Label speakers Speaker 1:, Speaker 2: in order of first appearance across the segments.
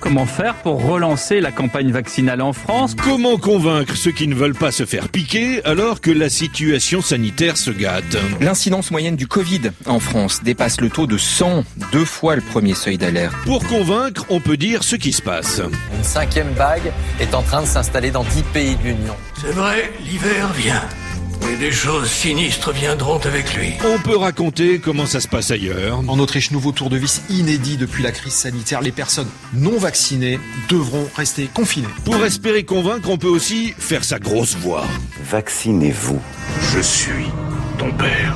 Speaker 1: Comment faire pour relancer la campagne vaccinale en France
Speaker 2: Comment convaincre ceux qui ne veulent pas se faire piquer alors que la situation sanitaire se gâte
Speaker 3: L'incidence moyenne du Covid en France dépasse le taux de 100, deux fois le premier seuil d'alerte.
Speaker 2: Pour convaincre, on peut dire ce qui se passe.
Speaker 4: Une cinquième vague est en train de s'installer dans 10 pays de l'Union.
Speaker 5: C'est vrai, l'hiver vient. Et des choses sinistres viendront avec lui.
Speaker 2: On peut raconter comment ça se passe ailleurs.
Speaker 6: En Autriche, nouveau tour de vis inédit depuis la crise sanitaire. Les personnes non vaccinées devront rester confinées.
Speaker 2: Pour espérer convaincre, on peut aussi faire sa grosse voix.
Speaker 7: Vaccinez-vous.
Speaker 8: Je suis ton père.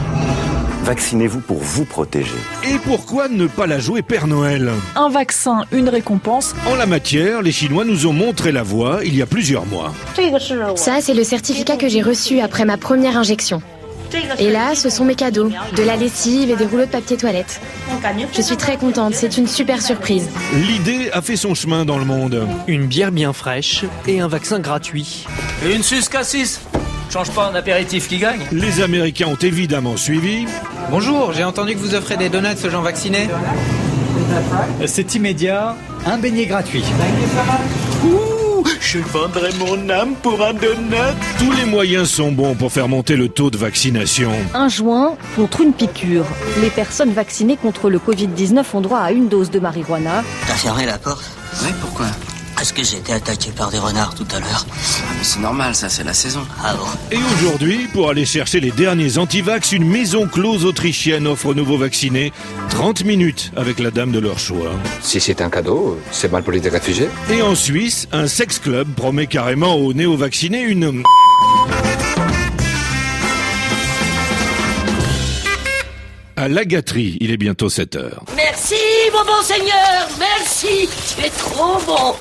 Speaker 7: Vaccinez-vous pour vous protéger.
Speaker 2: Et pourquoi ne pas la jouer Père Noël
Speaker 9: Un vaccin, une récompense.
Speaker 2: En la matière, les Chinois nous ont montré la voie il y a plusieurs mois.
Speaker 10: Ça, c'est le certificat que j'ai reçu après ma première injection. Et là, ce sont mes cadeaux, de la lessive et des rouleaux de papier toilette. Je suis très contente, c'est une super surprise.
Speaker 2: L'idée a fait son chemin dans le monde.
Speaker 11: Une bière bien fraîche et un vaccin gratuit.
Speaker 12: Et une sus cassis change pas un apéritif qui gagne.
Speaker 2: Les Américains ont évidemment suivi.
Speaker 13: Bonjour, j'ai entendu que vous offrez des donuts aux gens vaccinés.
Speaker 14: C'est immédiat, un beignet gratuit.
Speaker 15: Ouh, je vendrai mon âme pour un donut.
Speaker 2: Tous les moyens sont bons pour faire monter le taux de vaccination.
Speaker 16: Un joint contre une piqûre. Les personnes vaccinées contre le Covid-19 ont droit à une dose de marijuana.
Speaker 17: T'as fermé la porte
Speaker 18: Oui, pourquoi Ah,
Speaker 17: parce que j'ai été attaqué par des renards tout à l'heure.
Speaker 18: C'est normal, ça, c'est la saison.
Speaker 17: Ah bon
Speaker 2: Et aujourd'hui, pour aller chercher les derniers antivax, une maison close autrichienne offre aux nouveaux vaccinés 30 minutes avec la dame de leur choix.
Speaker 19: Si c'est un cadeau, c'est mal poli de réfugier.
Speaker 2: Et en Suisse, un sex club promet carrément aux néo-vaccinés une. à la gâterie. Il est bientôt 7 heures.
Speaker 20: Merci, mon bon seigneur, merci, tu es trop bon.